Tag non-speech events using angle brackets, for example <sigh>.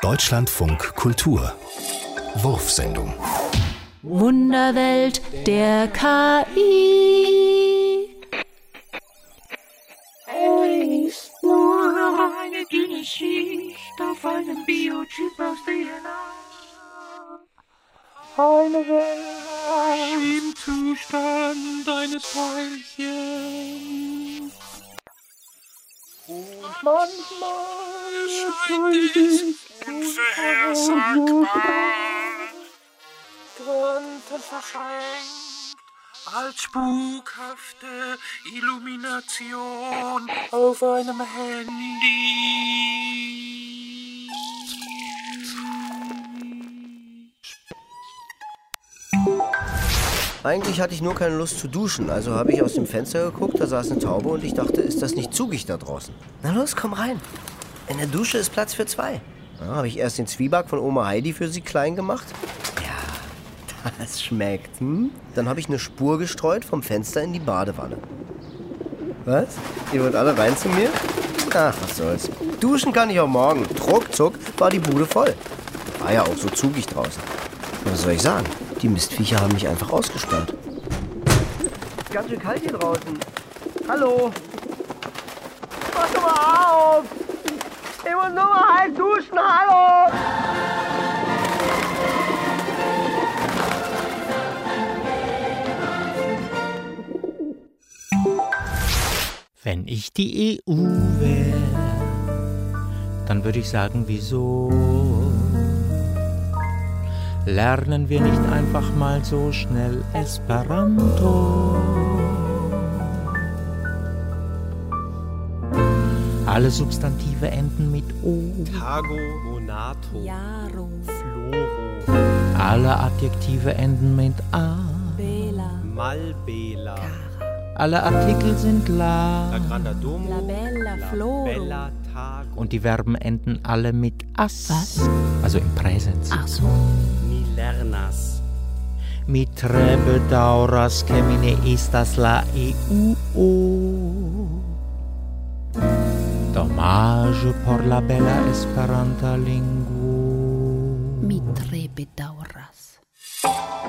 Deutschlandfunk Kultur. Wurfsendung. Wunderwelt der KI. ist nur eine dünne Schicht auf einem Biochip aus DNA. Eine Welt im Zustand eines Teilchens. Und manchmal scheint es unvorhersagbar. Gründe verschenkt als spukhafte Illumination auf einem Handy. Eigentlich hatte ich nur keine Lust zu duschen, also habe ich aus dem Fenster geguckt, da saß eine Taube und ich dachte, ist das nicht zugig da draußen? Na los, komm rein. In der Dusche ist Platz für zwei. Da habe ich erst den Zwieback von Oma Heidi für sie klein gemacht. Ja, <laughs> das schmeckt. Hm? Dann habe ich eine Spur gestreut vom Fenster in die Badewanne. Was? Ihr wollt alle rein zu mir? Ach, was soll's. Duschen kann ich auch morgen. Ruckzuck war die Bude voll. War ja auch so zugig draußen. Was soll ich sagen? Die Mistviecher haben mich einfach ausgesperrt. Ganz schön kalt hier draußen. Hallo? Warte mal auf! Ich muss nur mal halb duschen, hallo! Wenn ich die EU wäre, dann würde ich sagen, wieso lernen wir nicht einfach mal so schnell Esperanto? Alle Substantive enden mit O, Tago, Monato, Jaro, Floro, alle Adjektive enden mit A, Bela, Malbela, alle Artikel sind La La Grandadomo, La Bella, Floro. Bella, Tago, und die Verben enden alle mit As, also im Präsens. Ach so. Milernas, Mi tre bedaŭras ke mi ne estas la EUO. Domaĝo por la bela Esperanta lingvo. Mi tre bedauras.